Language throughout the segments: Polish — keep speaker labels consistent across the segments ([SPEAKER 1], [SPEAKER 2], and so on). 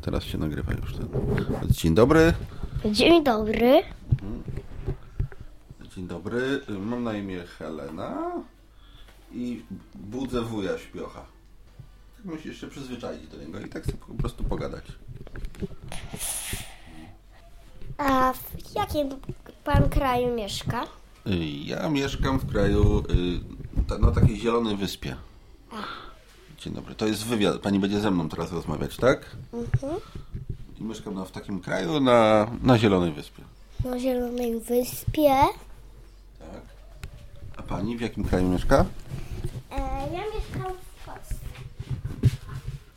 [SPEAKER 1] Teraz się nagrywa już ten. Dzień dobry.
[SPEAKER 2] Dzień dobry.
[SPEAKER 1] Dzień dobry. Mam na imię Helena i budzę wuja śpiocha. Tak musisz się przyzwyczaić do niego i tak sobie po prostu pogadać.
[SPEAKER 2] A w jakim pan kraju mieszka?
[SPEAKER 1] Y, Ja mieszkam w kraju y, ta- na takiej zielonej wyspie. Dzień dobry. To jest wywiad. Pani będzie ze mną teraz rozmawiać, tak?
[SPEAKER 2] Mhm.
[SPEAKER 1] I mieszkam na, w takim kraju na, na zielonej wyspie.
[SPEAKER 2] Na Zielonej Wyspie.
[SPEAKER 1] Tak. A pani w jakim kraju mieszka?
[SPEAKER 2] E, ja mieszkam w Polsce.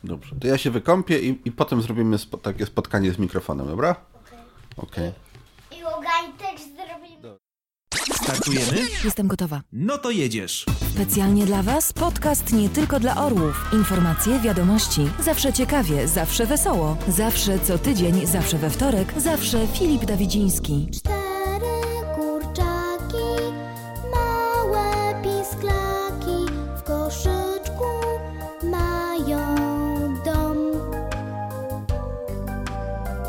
[SPEAKER 1] Dobrze, to ja się wykąpię i, i potem zrobimy spo, takie spotkanie z mikrofonem, dobra? Okej.
[SPEAKER 2] I Łogaj też zrobimy.
[SPEAKER 3] Startujemy?
[SPEAKER 4] Jestem gotowa.
[SPEAKER 3] No to jedziesz.
[SPEAKER 4] Specjalnie dla Was podcast nie tylko dla orłów. Informacje, wiadomości. Zawsze ciekawie, zawsze wesoło. Zawsze co tydzień, zawsze we wtorek. Zawsze Filip Dawidziński.
[SPEAKER 5] Cztery kurczaki, małe pisklaki w koszyczku mają dom.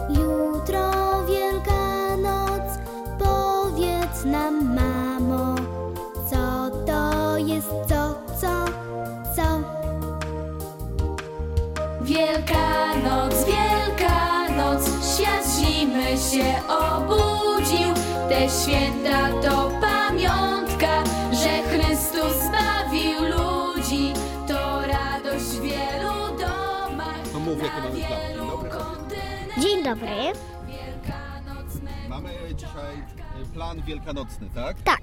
[SPEAKER 5] Jutro Wielkanoc, powiedz nam mamo, co to jest, co, co, co.
[SPEAKER 6] Wielkanoc, Wielkanoc, świat z zimy się obudził. Te święta to pamiątka, że Chrystus zbawił ludzi. To radość w wielu domach,
[SPEAKER 1] To mów, jakie mamy plany.
[SPEAKER 6] na wielu
[SPEAKER 1] Dobry.
[SPEAKER 6] kontynentach.
[SPEAKER 2] Dzień dobry.
[SPEAKER 6] Wielkanocne
[SPEAKER 1] Mamy dzisiaj y, plan wielkanocny, tak?
[SPEAKER 2] Tak.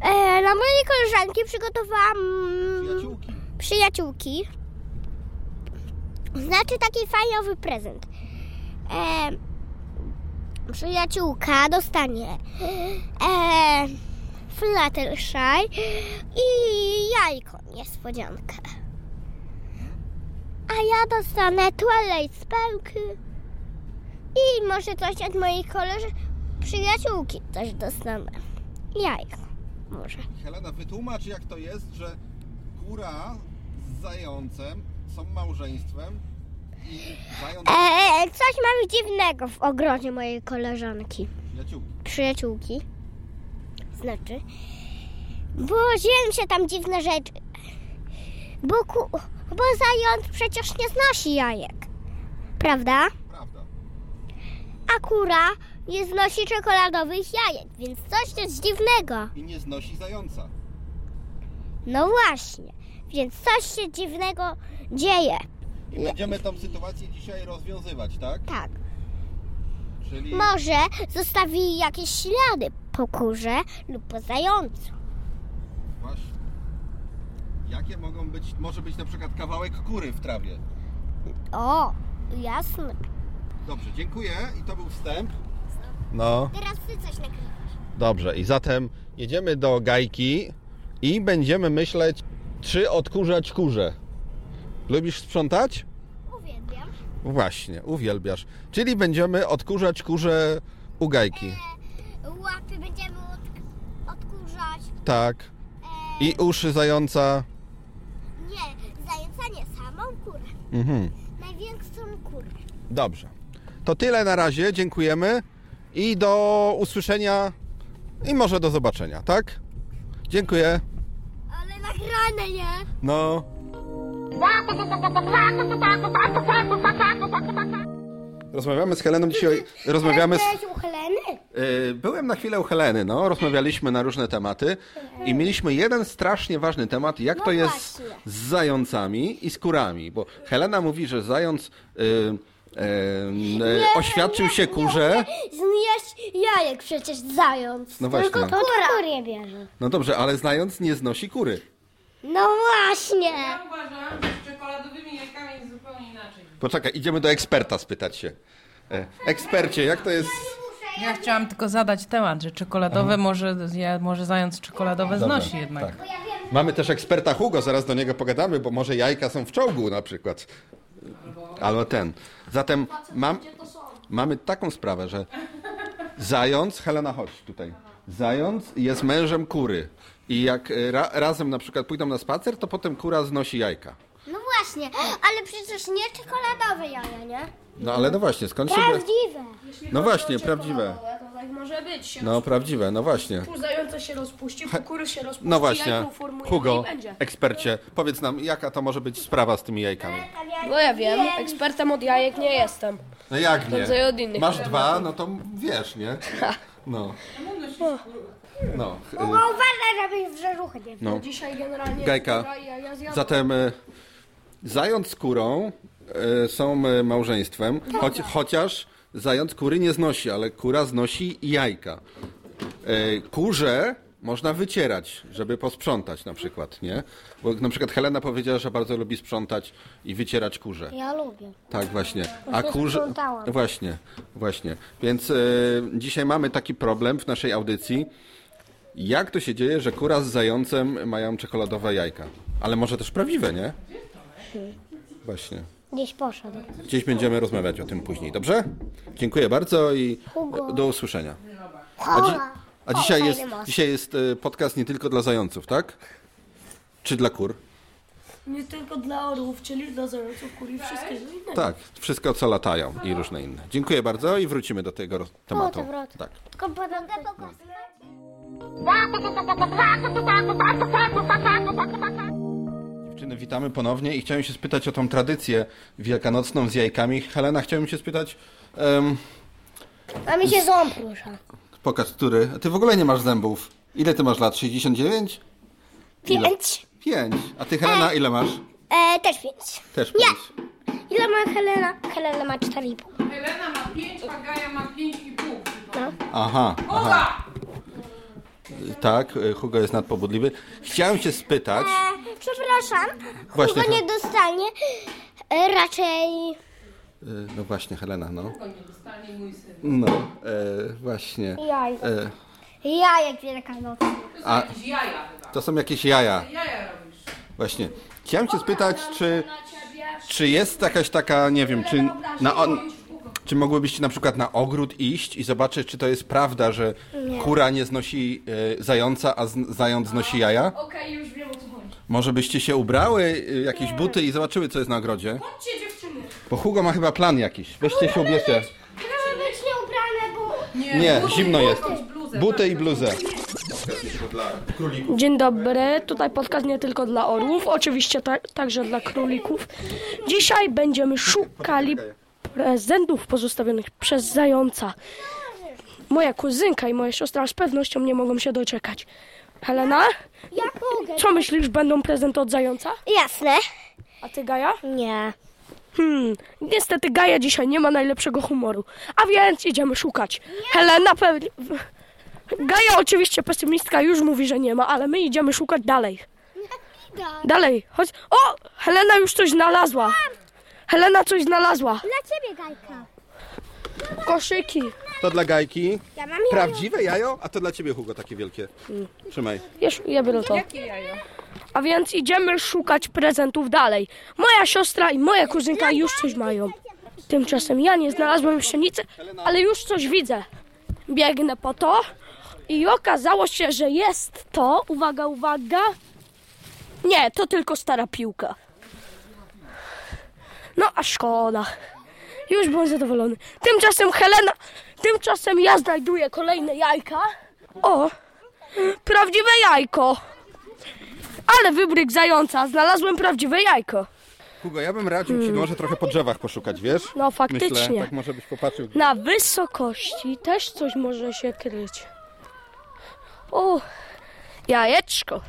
[SPEAKER 2] E, dla mojej koleżanki przygotowałam mm,
[SPEAKER 1] Przyjaciółki.
[SPEAKER 2] przyjaciółki. Znaczy taki fajnowy prezent. E, przyjaciółka dostanie e, Fluttershy i jajko niespodziankę. A ja dostanę Twilight Spelky i może coś od mojej koleż przyjaciółki też dostanę. Jajko może.
[SPEAKER 1] Helena, wytłumacz jak to jest, że góra z zającem są małżeństwem i zając
[SPEAKER 2] E, coś mam dziwnego w ogrodzie mojej koleżanki,
[SPEAKER 1] przyjaciółki.
[SPEAKER 2] przyjaciółki. Znaczy, bo dzieją się tam dziwne rzeczy. Bo, ku, bo zając przecież nie znosi jajek, prawda?
[SPEAKER 1] Prawda.
[SPEAKER 2] A kura nie znosi czekoladowych jajek, więc coś jest dziwnego.
[SPEAKER 1] I nie znosi zająca.
[SPEAKER 2] No właśnie, więc coś się dziwnego dzieje.
[SPEAKER 1] I będziemy tą sytuację dzisiaj rozwiązywać, tak?
[SPEAKER 2] Tak.
[SPEAKER 1] Czyli
[SPEAKER 2] Może zostawi jakieś ślady po kurze lub po zającu.
[SPEAKER 1] właśnie. Jakie mogą być, może być na przykład kawałek kury w trawie.
[SPEAKER 2] O, jasne.
[SPEAKER 1] Dobrze, dziękuję i to był wstęp. No,
[SPEAKER 2] Teraz ty coś nakrywasz.
[SPEAKER 1] dobrze. I zatem jedziemy do gajki i będziemy myśleć, czy odkurzać kurze. Lubisz sprzątać?
[SPEAKER 2] Uwielbiam.
[SPEAKER 1] Właśnie, uwielbiasz. Czyli będziemy odkurzać kurze u gajki.
[SPEAKER 2] Łapy będziemy od, odkurzać.
[SPEAKER 1] Tak.
[SPEAKER 2] E,
[SPEAKER 1] I uszy zająca.
[SPEAKER 2] nie, zająca nie, samą kurę.
[SPEAKER 1] Mhm.
[SPEAKER 2] Największą kurę.
[SPEAKER 1] Dobrze. To tyle na razie, dziękujemy i do usłyszenia i może do zobaczenia, tak? Dziękuję.
[SPEAKER 2] Ale nagrane, nie?
[SPEAKER 1] No. Rozmawiamy z Heleną dzisiaj. Rozmawiamy z.
[SPEAKER 2] Cześć, u Heleny.
[SPEAKER 1] Yy, Byłem na chwilę u Heleny, no, rozmawialiśmy na różne tematy i mieliśmy jeden strasznie ważny temat, jak
[SPEAKER 2] No
[SPEAKER 1] to jest
[SPEAKER 2] właśnie.
[SPEAKER 1] z zającami i z kurami, bo Helena mówi, że zając yy, yy, yy, oświadczył się kurze.
[SPEAKER 2] Znieść jajek przecież zając.
[SPEAKER 1] No właśnie.
[SPEAKER 2] Tylko kura. kurę bierze.
[SPEAKER 1] No dobrze, ale znając nie znosi kury.
[SPEAKER 2] No właśnie.
[SPEAKER 7] Ja uważam, że z czekoladowymi jajkami jest zupełnie inaczej.
[SPEAKER 1] Poczekaj, idziemy do eksperta spytać się. E, Ekspercie, jak to jest?
[SPEAKER 7] Ja chciałam tylko zadać temat, że czekoladowe może, ja, może zając czekoladowe znosi jednak.
[SPEAKER 1] Mhm. tak. Mamy też eksperta Hugo, zaraz do niego pogadamy, bo może jajka są w czołgu na przykład. Albo ten. Zatem mam, mamy taką sprawę, że zając, Helena chodź tutaj, zając jest mężem e, kury i jak y, ra, razem na przykład pójdą na spacer, to potem kura znosi jajka.
[SPEAKER 2] No właśnie. właśnie, ale przecież nie czekoladowe jaja, nie?
[SPEAKER 1] No ale no właśnie, skąd się... bra-
[SPEAKER 2] Prawdziwe.
[SPEAKER 1] No właśnie, prawdziwe.
[SPEAKER 8] To tak może być. Się
[SPEAKER 1] No prawdziwe, no właśnie.
[SPEAKER 8] no. Zająca się rozpuści, kukury się rozpuści,
[SPEAKER 1] No właśnie,
[SPEAKER 8] jajko uformuje
[SPEAKER 1] Hugo,
[SPEAKER 8] i będzie.
[SPEAKER 1] ekspercie, powiedz nam, jaka to może być sprawa z tymi jajkami?
[SPEAKER 8] No ja wiem, ekspertem od jajek nie jestem.
[SPEAKER 1] No jak
[SPEAKER 8] Więcej
[SPEAKER 1] nie?
[SPEAKER 8] od innych
[SPEAKER 1] Masz dwa, no to wiesz, nie? No. No.
[SPEAKER 2] Bo uważaj, żebyś w brzeżuchy nie
[SPEAKER 1] no.
[SPEAKER 8] Dzisiaj generalnie...
[SPEAKER 1] Gajka.
[SPEAKER 8] Ja, ja, ja zjadłem.
[SPEAKER 1] Zatem y, zając z kurą y, są y, małżeństwem, choć, chociaż zając kury nie znosi, ale kura znosi jajka. Y, kurze można wycierać, żeby posprzątać na przykład, nie? Bo na przykład Helena powiedziała, że bardzo lubi sprzątać i wycierać kurze.
[SPEAKER 2] Ja lubię.
[SPEAKER 1] Tak, właśnie. A kurze...
[SPEAKER 2] sprzątałam.
[SPEAKER 1] Właśnie, właśnie. Więc y, dzisiaj mamy taki problem w naszej audycji. Jak to się dzieje, że kura z zającem mają czekoladowe jajka? Ale może też prawdziwe, nie? Właśnie.
[SPEAKER 2] Gdzieś poszedł.
[SPEAKER 1] Gdzieś będziemy rozmawiać o tym później, dobrze? Dziękuję bardzo i
[SPEAKER 2] Hugo.
[SPEAKER 1] do usłyszenia. A, dzi- a dzisiaj, jest, dzisiaj jest y, podcast nie tylko dla zająców, tak? Czy dla kur?
[SPEAKER 8] Nie tylko dla orłów, czyli dla zająców, kur i wszystkiego innego.
[SPEAKER 1] Tak, wszystko co latają i różne inne. Dziękuję bardzo i wrócimy do tego roz- tematu.
[SPEAKER 2] wrót.
[SPEAKER 1] Tak.
[SPEAKER 2] Tylko podobno pokazać.
[SPEAKER 1] Dziewczyny, witamy ponownie i chciałem się spytać o tą tradycję wielkanocną z jajkami. Helena, chciałem się spytać, em,
[SPEAKER 2] A mi się ząb rusza.
[SPEAKER 1] pokaż który. Ty w ogóle nie masz zębów. Ile ty masz lat? 69?
[SPEAKER 2] Pięć.
[SPEAKER 1] Pięć. A ty, Helena, ile masz?
[SPEAKER 2] E, też pięć.
[SPEAKER 1] Też pięć.
[SPEAKER 2] Ile ma Helena? Helena ma cztery i pół.
[SPEAKER 6] Helena ma pięć, Pagaja ma pięć i pół.
[SPEAKER 1] Aha. aha. Tak, y, Hugo jest nadpobudliwy. Chciałem się spytać.
[SPEAKER 2] E, przepraszam,
[SPEAKER 1] Właśnie, tak.
[SPEAKER 2] Hugo nie
[SPEAKER 1] Hel-
[SPEAKER 2] dostanie. E, raczej
[SPEAKER 1] y, No właśnie, Helena, no. No, e, właśnie.
[SPEAKER 2] jaj.
[SPEAKER 1] E,
[SPEAKER 2] Jajek wielkanocny.
[SPEAKER 1] a, to są jakieś jaja. Właśnie. Chciałem cię spytać, czy, czy jest jakaś taka, nie wiem, czy, na, on, czy mogłybyście na przykład na ogród iść i zobaczyć, czy to jest prawda, że kura nie znosi e, zająca, a z, zając znosi jaja?
[SPEAKER 6] Okej, już wiem o co chodzi.
[SPEAKER 1] Może byście się ubrały y, jakieś buty i zobaczyły, co jest na ogrodzie?
[SPEAKER 6] Chodźcie dziewczyny.
[SPEAKER 1] Bo Hugo ma chyba plan jakiś. Weźcie się ubierzcie.
[SPEAKER 2] Miały być nieubrane, bo...
[SPEAKER 1] Nie, zimno jest.
[SPEAKER 6] bluzę,
[SPEAKER 1] Buty i bluzę.
[SPEAKER 8] Dzień dobry, tutaj podcast nie tylko dla orłów, oczywiście ta, także dla królików. Dzisiaj będziemy szukali prezentów pozostawionych przez zająca. Moja kuzynka i moja siostra z pewnością nie mogą się doczekać. Helena,
[SPEAKER 2] Ja mogę.
[SPEAKER 8] co myślisz, będą prezenty od zająca?
[SPEAKER 2] Jasne.
[SPEAKER 8] A ty Gaja?
[SPEAKER 2] Nie.
[SPEAKER 8] Hmm, niestety Gaja dzisiaj nie ma najlepszego humoru, a więc idziemy szukać. Helena pewnie... Gaja oczywiście pesymistka już mówi, że nie ma, ale my idziemy szukać dalej.
[SPEAKER 2] Dla
[SPEAKER 8] Dalej, chodź. O! Helena już coś znalazła. Helena coś znalazła.
[SPEAKER 2] ciebie, Gajka.
[SPEAKER 8] Koszyki.
[SPEAKER 1] To dla Gajki.
[SPEAKER 2] Ja mam
[SPEAKER 1] Prawdziwe jajo, a to dla ciebie, Hugo, takie wielkie. Trzymaj.
[SPEAKER 8] Wiesz, ja biorę to. A więc idziemy szukać prezentów dalej. Moja siostra i moja kuzynka już coś mają. Tymczasem ja nie znalazłem jeszcze nic, ale już coś widzę. Biegnę po to i okazało się, że jest to. Uwaga, uwaga. Nie, to tylko stara piłka. No a szkoda. Już byłem zadowolony. Tymczasem Helena, tymczasem ja znajduję kolejne jajka. O, prawdziwe jajko. Ale wybryk zająca, znalazłem prawdziwe jajko.
[SPEAKER 1] Hugo, ja bym radził ci może trochę po drzewach poszukać, wiesz?
[SPEAKER 8] No, faktycznie. No,
[SPEAKER 1] Myślę, tak może byś popatrzył.
[SPEAKER 8] Na wysokości też coś może się kryć. O, jajeczko.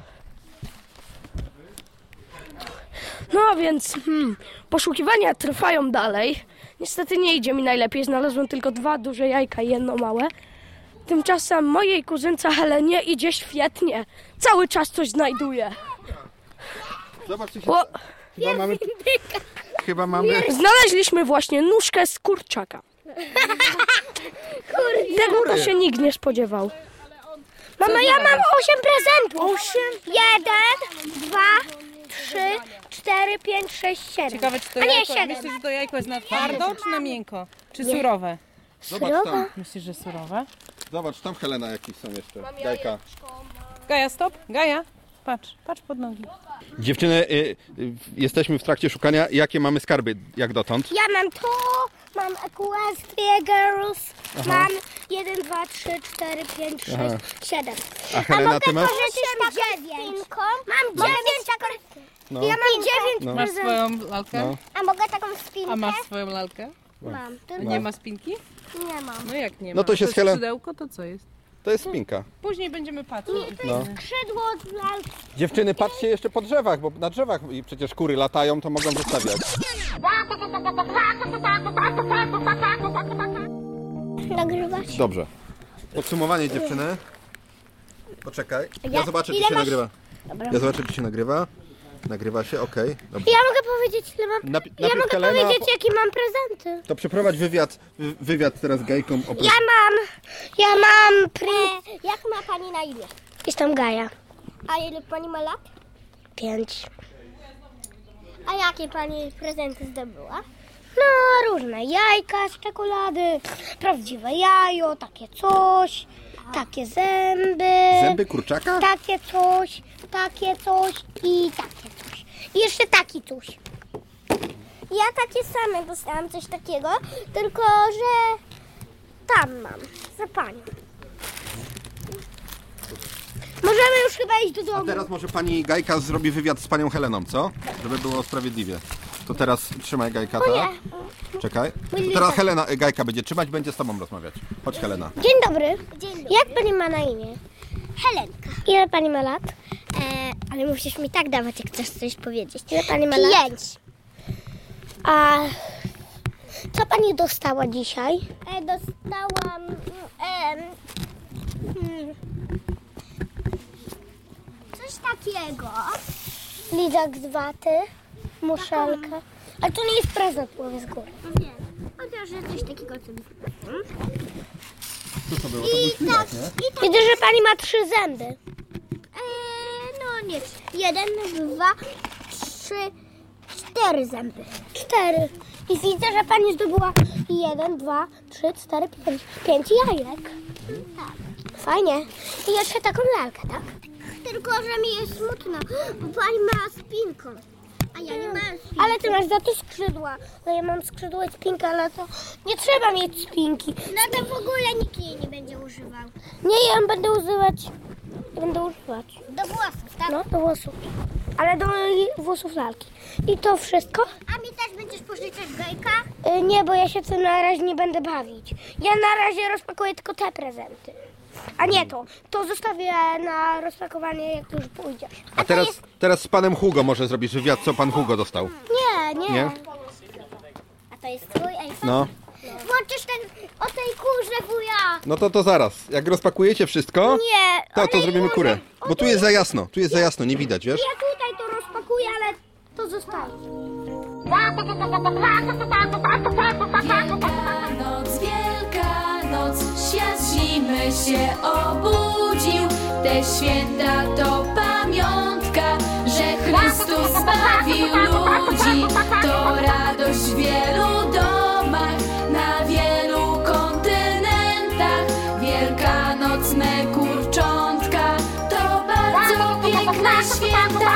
[SPEAKER 8] No a więc hmm, poszukiwania trwają dalej. Niestety nie idzie mi najlepiej. Znalazłem tylko dwa duże jajka i jedno małe. Tymczasem mojej kuzynce Helenie idzie świetnie. Cały czas coś znajduje.
[SPEAKER 1] Zobacz, co się...
[SPEAKER 8] O,
[SPEAKER 1] chyba mamy... Chyba mamy...
[SPEAKER 8] Znaleźliśmy właśnie nóżkę z kurczaka. Tego to się nikt nie spodziewał.
[SPEAKER 2] Mama, ja mam osiem prezentów. Osiem? Jeden, dwa, trzy, cztery, pięć, sześć, siedem.
[SPEAKER 7] Ciekawe, czy to
[SPEAKER 2] A nie,
[SPEAKER 7] jajko,
[SPEAKER 2] siedem.
[SPEAKER 7] myślisz, że to jajko jest na twardo, czy na miękko? Czy surowe?
[SPEAKER 1] Zobacz tam,
[SPEAKER 7] Myślisz, że surowe?
[SPEAKER 1] zobacz tam Helena jakieś są jeszcze. Gajka.
[SPEAKER 7] Gaja, stop! Gaja! Patrz, patrz pod nogi.
[SPEAKER 1] Dziewczyny, y, y, jesteśmy w trakcie szukania, jakie mamy skarby jak dotąd.
[SPEAKER 2] Ja mam to, mam E Equestria Girls, mam 1, 2, 3, 4, 5, 6, 7.
[SPEAKER 1] A Helena, ty masz?
[SPEAKER 2] mam 9. Mam 9 taką... Ja mam 9
[SPEAKER 7] No. Masz swoją lalkę?
[SPEAKER 1] No.
[SPEAKER 2] A mogę taką spinkę?
[SPEAKER 7] A masz swoją lalkę?
[SPEAKER 2] Mam,
[SPEAKER 7] A
[SPEAKER 2] tylko
[SPEAKER 7] nie ma spinki?
[SPEAKER 2] nie mam.
[SPEAKER 7] No jak nie ma?
[SPEAKER 1] No to się
[SPEAKER 7] jest
[SPEAKER 1] schylę.
[SPEAKER 7] skrzydełko, to co jest?
[SPEAKER 1] To jest spinka.
[SPEAKER 7] Później będziemy patrzeć.
[SPEAKER 1] No.
[SPEAKER 2] Skrzydło z lalki.
[SPEAKER 1] Dziewczyny, patrzcie jeszcze po drzewach, bo na drzewach i przecież kury latają, to mogą zostawiać.
[SPEAKER 2] Nagrywać?
[SPEAKER 1] Dobrze. Podsumowanie dziewczyny. Poczekaj. Ja
[SPEAKER 2] Ja-
[SPEAKER 1] zobaczę, czy
[SPEAKER 2] ile
[SPEAKER 1] się
[SPEAKER 2] masz-
[SPEAKER 1] nagrywa. Ja zobaczę, czy się nagrywa. Nagrywa się, okej. Dobrze.
[SPEAKER 2] Ja mogę powiedzieć, ile mam...
[SPEAKER 1] Napi-
[SPEAKER 2] ja
[SPEAKER 1] napisz
[SPEAKER 2] mogę
[SPEAKER 1] Helena,
[SPEAKER 2] powiedzieć,
[SPEAKER 1] po-
[SPEAKER 2] jakie mam prezenty.
[SPEAKER 1] To przeprowadź wywiad, wy- wywiad teraz gejkom o
[SPEAKER 2] Ja mam... Ja mam... Pri... jak ma pani na imię? Jestem Gaja.
[SPEAKER 5] A ile pani ma lat?
[SPEAKER 2] Pięć.
[SPEAKER 5] A jakie pani prezenty zdobyła?
[SPEAKER 2] No, różne jajka z czekolady, prawdziwe jajo, takie coś, takie zęby,
[SPEAKER 1] Zęby kurczaka?
[SPEAKER 2] takie coś, takie coś i takie coś. I jeszcze taki coś.
[SPEAKER 5] Ja takie same dostałam coś takiego, tylko że tam mam, za panią.
[SPEAKER 2] Możemy już chyba iść do domu.
[SPEAKER 1] Teraz może pani Gajka zrobi wywiad z panią Heleną, co? Żeby było sprawiedliwie. To teraz trzymaj Gajka, tak? Czekaj. To teraz Helena, y, Gajka będzie trzymać, będzie z tobą rozmawiać. Chodź Helena.
[SPEAKER 2] Dzień dobry.
[SPEAKER 5] Dzień dobry.
[SPEAKER 2] Jak pani ma na imię?
[SPEAKER 5] Helenka.
[SPEAKER 2] Ile pani ma lat?
[SPEAKER 5] E,
[SPEAKER 2] Ale musisz mi tak dawać, jak chcesz coś powiedzieć. Ile pani ma lat?
[SPEAKER 5] pięć.
[SPEAKER 2] A co pani dostała dzisiaj?
[SPEAKER 5] E, dostałam em, hmm, coś takiego.
[SPEAKER 2] Lidak z waty, muszelka. Ale to nie jest prezent, mówię z góry.
[SPEAKER 5] No wiem, chociaż że coś takiego co I tak, i tak.
[SPEAKER 2] Widzę, że pani ma trzy zęby.
[SPEAKER 5] E, no nie. Jeden, dwa, trzy, cztery zęby.
[SPEAKER 2] Cztery. I widzę, że pani zdobyła jeden, dwa, trzy, cztery, pięć. Pięć jajek. Fajnie. I jeszcze taką lalkę, tak?
[SPEAKER 5] Tylko, że mi jest smutno, bo pani ma spinką, a ja nie mam spinki.
[SPEAKER 2] Ale ty masz za to skrzydła. No ja mam skrzydło i spinkę, ale to nie trzeba mieć spinki.
[SPEAKER 5] No to w ogóle nikt jej nie będzie używał.
[SPEAKER 2] Nie, ja ją będę używać. Będę używać.
[SPEAKER 5] Do włosów, tak?
[SPEAKER 2] No, do włosów. Ale do włosów lalki. I to wszystko?
[SPEAKER 5] A mi też będziesz pożyczać gajka?
[SPEAKER 2] Y, Nie, bo ja się tym na razie nie będę bawić. Ja na razie rozpakuję tylko te prezenty. A nie to. To zostawię na rozpakowanie, jak już pójdziesz.
[SPEAKER 1] A teraz, teraz z panem Hugo może zrobisz wywiad, co pan Hugo dostał.
[SPEAKER 2] Nie, nie.
[SPEAKER 1] Nie?
[SPEAKER 5] A to jest twój iPhone?
[SPEAKER 1] No.
[SPEAKER 5] Włączysz ten, o tej kurze wuja.
[SPEAKER 1] No to to zaraz. Jak rozpakujecie wszystko,
[SPEAKER 2] Nie,
[SPEAKER 1] to, to
[SPEAKER 2] ale
[SPEAKER 1] zrobimy
[SPEAKER 2] może-
[SPEAKER 1] kurę. Bo tu jest za jasno, tu jest za jasno, nie widać, wiesz?
[SPEAKER 2] Ja tutaj to rozpakuję, ale to zostaje.
[SPEAKER 9] Wielkanoc, Wielkanoc, świat z zimy się obudził. Te święta to pamiątka, że Chrystus zbawił ludzi. To radość w wielu domach, na wielu kontynentach. Wielkanoc, me kurczątka, to bardzo piękne święta.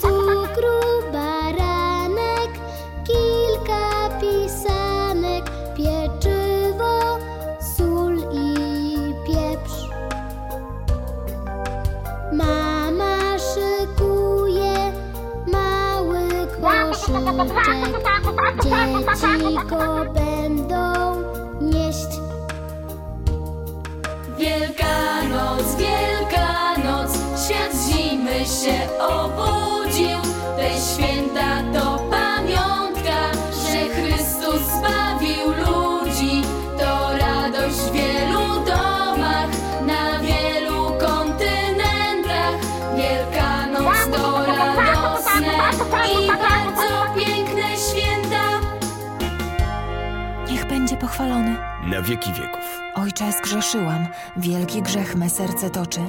[SPEAKER 5] cukru baranek, kilka pisanek, pieczywo, sól i pieprz. Mama szykuje mały koszyczek, dzieci go będą nieść.
[SPEAKER 9] Wielkanoc, Wielkanoc, świat z zimy się obudził. Te święta to pamiątka, że Chrystus zbawił ludzi. To radość w wielu domach, na wielu kontynentach. Wielkanoc to radosne i bardzo piękne święta.
[SPEAKER 4] Niech będzie pochwalony.
[SPEAKER 3] Na wieki wieków.
[SPEAKER 4] Ojcze, zgrzeszyłam. Wielki grzech me serce toczy.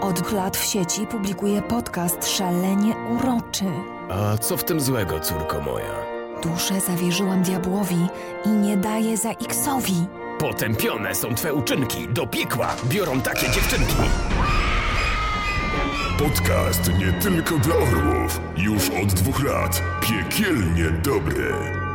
[SPEAKER 4] Od lat w sieci publikuję podcast szalenie uroczy.
[SPEAKER 10] A co w tym złego, córko moja?
[SPEAKER 4] Duszę zawierzyłam diabłowi i nie daję za X-owi.
[SPEAKER 10] Potępione są twe uczynki. Do piekła biorą takie dziewczynki. Podcast nie tylko dla orłów. Już od dwóch lat. Piekielnie dobry.